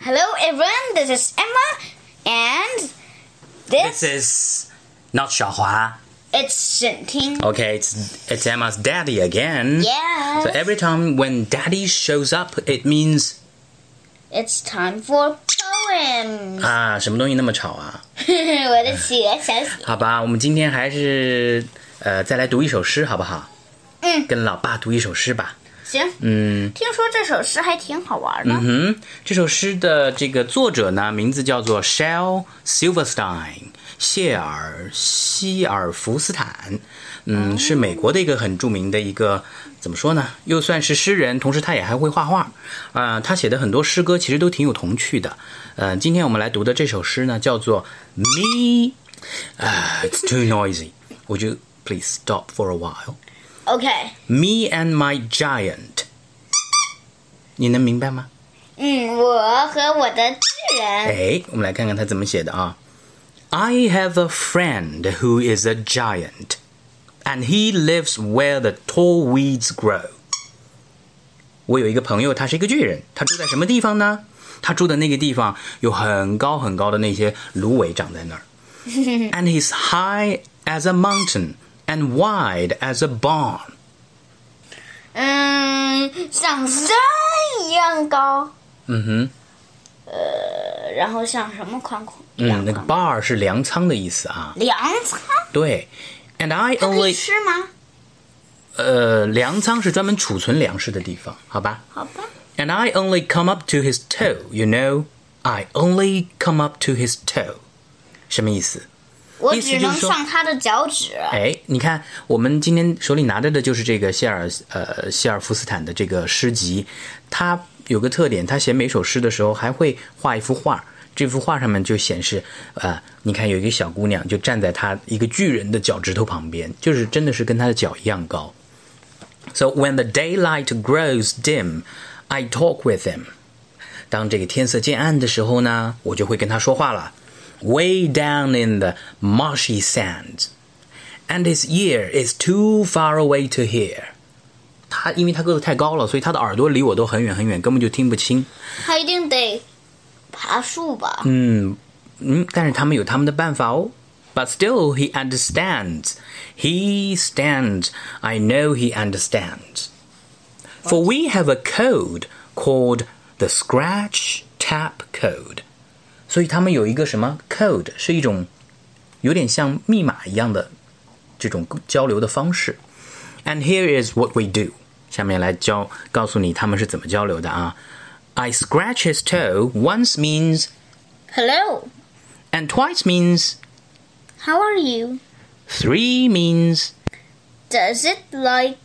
Hello everyone, this is Emma, and this, This is not Xiaohua. it's Shenting. Okay, it's it's Emma's daddy again. Yes. So every time when daddy shows up, it means It's time for poems. 啊，什么东西那么吵啊？我的企鹅小喜。好吧，我们今天还是呃再来读一首诗好不好？嗯跟老爸读一首诗吧。行，mm, 嗯听说这首诗还挺好玩的。嗯哼，这首诗的这个作者呢，名字叫做 Shel Silverstein，谢尔希尔福斯坦。嗯，是美国的一个很著名的一个怎么说呢？又算是诗人，同时他也还会画画。啊、他写的很多诗歌其实都挺有童趣的。呃，今天我们来读的这首诗呢，叫做 Me，啊、i t s too noisy。Would you please stop for a while? OK， Me and my giant。你能明白吗？嗯，我和我的巨人，哎，我们来看看他怎么写的啊。I have a friend who is a giant, and he lives where the tall weeds grow. 我有一个朋友，他是一个巨人，他住在什么地方呢？他住的那个地方有很高很高的那些芦苇长在那儿。And he's high as a mountain and wide as a barn. 嗯，像山一样高，嗯哼。呃，然后像什么宽阔？嗯，那样个宽 bar 是粮仓的意思啊。粮仓对，and 可 I 以 only 吃吗？呃，粮仓是专门储存粮食的地方，好吧好吧， ？And I only come up to his toe, you know. I only come up to his toe，什么意思？我意思只就能是说上他的脚趾。哎，你看，我们今天手里拿着的就是这个谢尔呃谢尔福斯坦的这个诗集，他有个特点，他写每首诗的时候还会画一幅画，这幅画上面就显示，呃，你看有一个小姑娘就站在他一个巨人的脚趾头旁边，就是真的是跟他的脚一样高。So when the daylight grows dim, I talk with him. 当这个天色渐暗的时候呢，我就会跟他说话了。Way down in the marshy sands. And his ear is too far away to hear。他因为他个子太高了，所以他的耳朵离我都很远很远，根本就听不清。他一定得爬树吧？嗯嗯，但是他们有他们的办法哦。But still he understands. He stands. I know he understands. For we have a code called the scratch tap code. 所以他们有一个什么 code 是一种有点像密码一样的这种交流的方式。And here is what we do. 下面来教告诉你他们是怎么交流的啊。I scratch his toe once means Hello, and twice means how are you? three means Does it like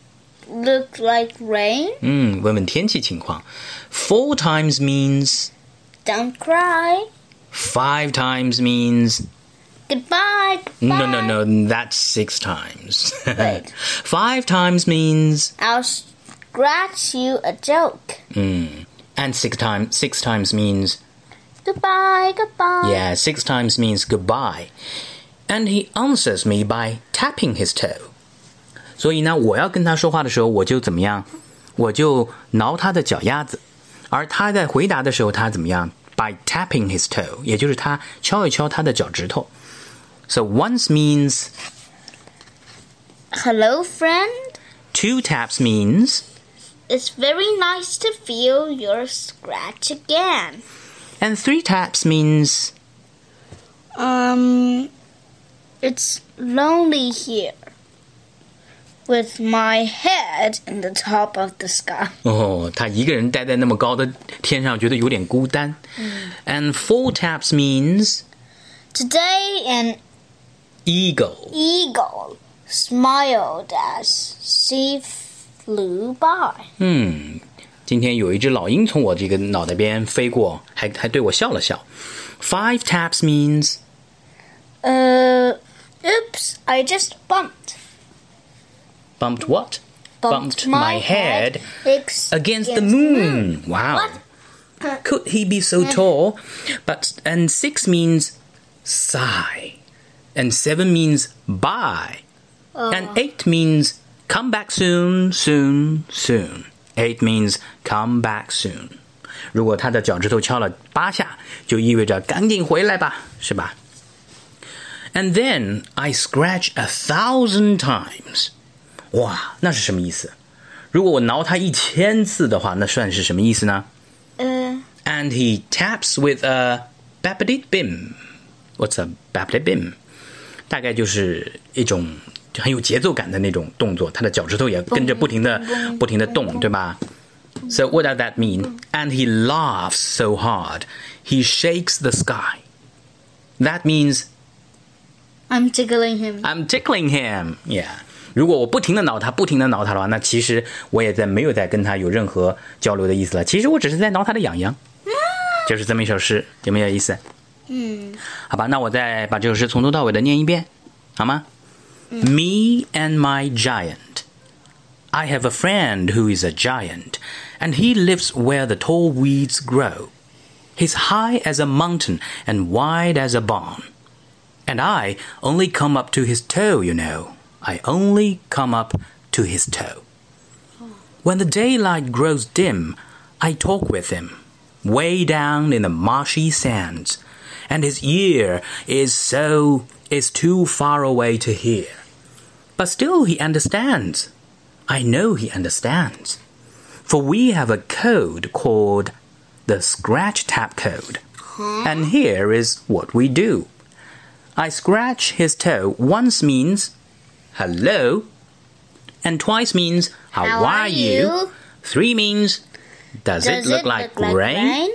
look like rain? 嗯，问问天气情况。Four hmm, times means Don't cry. five times means Goodbye. no goodbye. no no that's six times. Right. five times means I'll scratch you a joke. 嗯 hmm, and six times six times means Goodbye. Goodbye. yeah six times means goodbye. And he answers me by tapping his toe. 所以呢，我要跟他说话的时候，我就怎么样？我就挠他的脚丫子，而他在回答的时候，他怎么样？By tapping his toe，也就是他敲一敲他的脚趾头。So once means Hello, friend. two taps means It's very nice to feel your scratch again. and three taps means Um, it's lonely here. With my head in the top of the sky. 哦，他一个人待在那么高的天上，觉得有点孤单。And four taps means Today, an eagle。 eagle smiled as she flew by. 嗯，今天有一只老鹰从我这个脑袋边飞过，还还对我笑了笑。Five taps means Uh, oops, I just bumped. bumped what? Bumped my head ex- against the moon. 哦 Wow. What? Could he be so tall? But and six means sigh, and seven means bye, and eight means come back soon, soon, soon. Eight means come back soon. 如果他的脚趾头敲了八下，就意味着赶紧回来吧，是吧？And then I scratch a thousand times。哇，那是什么意思？如果我挠他一千次的话，那算是什么意思呢？嗯、 And he taps with a babbit bim。What's a babbit bim？大概就是一种很有节奏感的那种动作，他的脚趾头也跟着不停的、不停的动，对吧？So what does that mean? And he laughs so hard, he shakes the sky. That means I'm tickling him. I'm tickling him. Yeah. 如果我不停的挠他，不停的挠他的话，那其实我也在没有在跟他有任何交流的意思了。其实我只是在挠他的痒痒，就是这么一首诗，有没有意思？嗯好吧，那我再把这首诗从头到尾的念一遍，好吗、m e and my giant. I have a friend who is a giant, and he lives where the tall weeds grow. He's high as a mountain and wide as a barn. And I only come up to his toe, you know. I only come up to his toe. When the daylight grows dim, I talk with him, way down in the marshy sands, and his ear is so is too far away to hear. But still he understands. I know he understands. For we have a code called the scratch tap code. And here is what we do. I scratch his toe once means hello, and twice means how, How are you?" Three means does, it Does look like rain?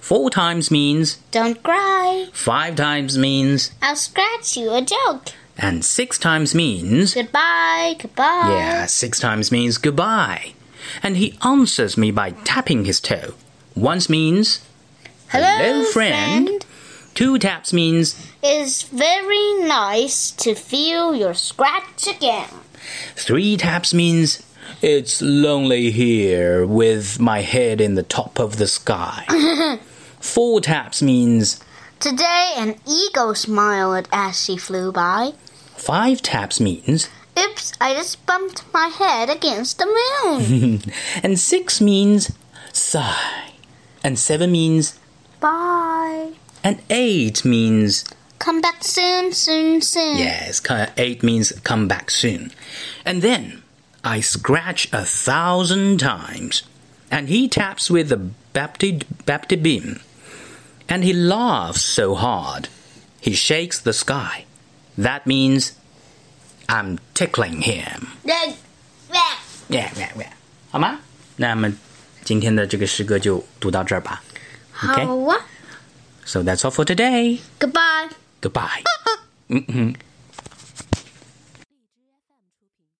Four times means, Don't cry. five times means, I'll scratch you a joke. and six times means. Goodbye. Goodbye. Yeah, six times means goodbye. And he answers me by tapping his toe. Once means, Hello, Hello, friend. two taps means, It's very nice to feel your scratch again. Three taps means it's lonely here with my head in the top of the sky. Four taps means Today, an eagle smiled as she flew by. five taps means, Oops, I just bumped my head against the Mm-hmm. moon. and six means sigh, and seven means, Bye. and eight means Come back soon, soon, soon. yes, ki- eight means come back soon. And then I scratch a thousand times, and he taps with the bapti bapti beam. and he laughs so hard he shakes the sky. That means I'm tickling him. Yeah. Yeah, yeah, yeah. 好吗？那么今天的这个诗歌就读到这儿吧。Okay. How- So that's all for today. Goodbye. Goodbye. 嗯嗯，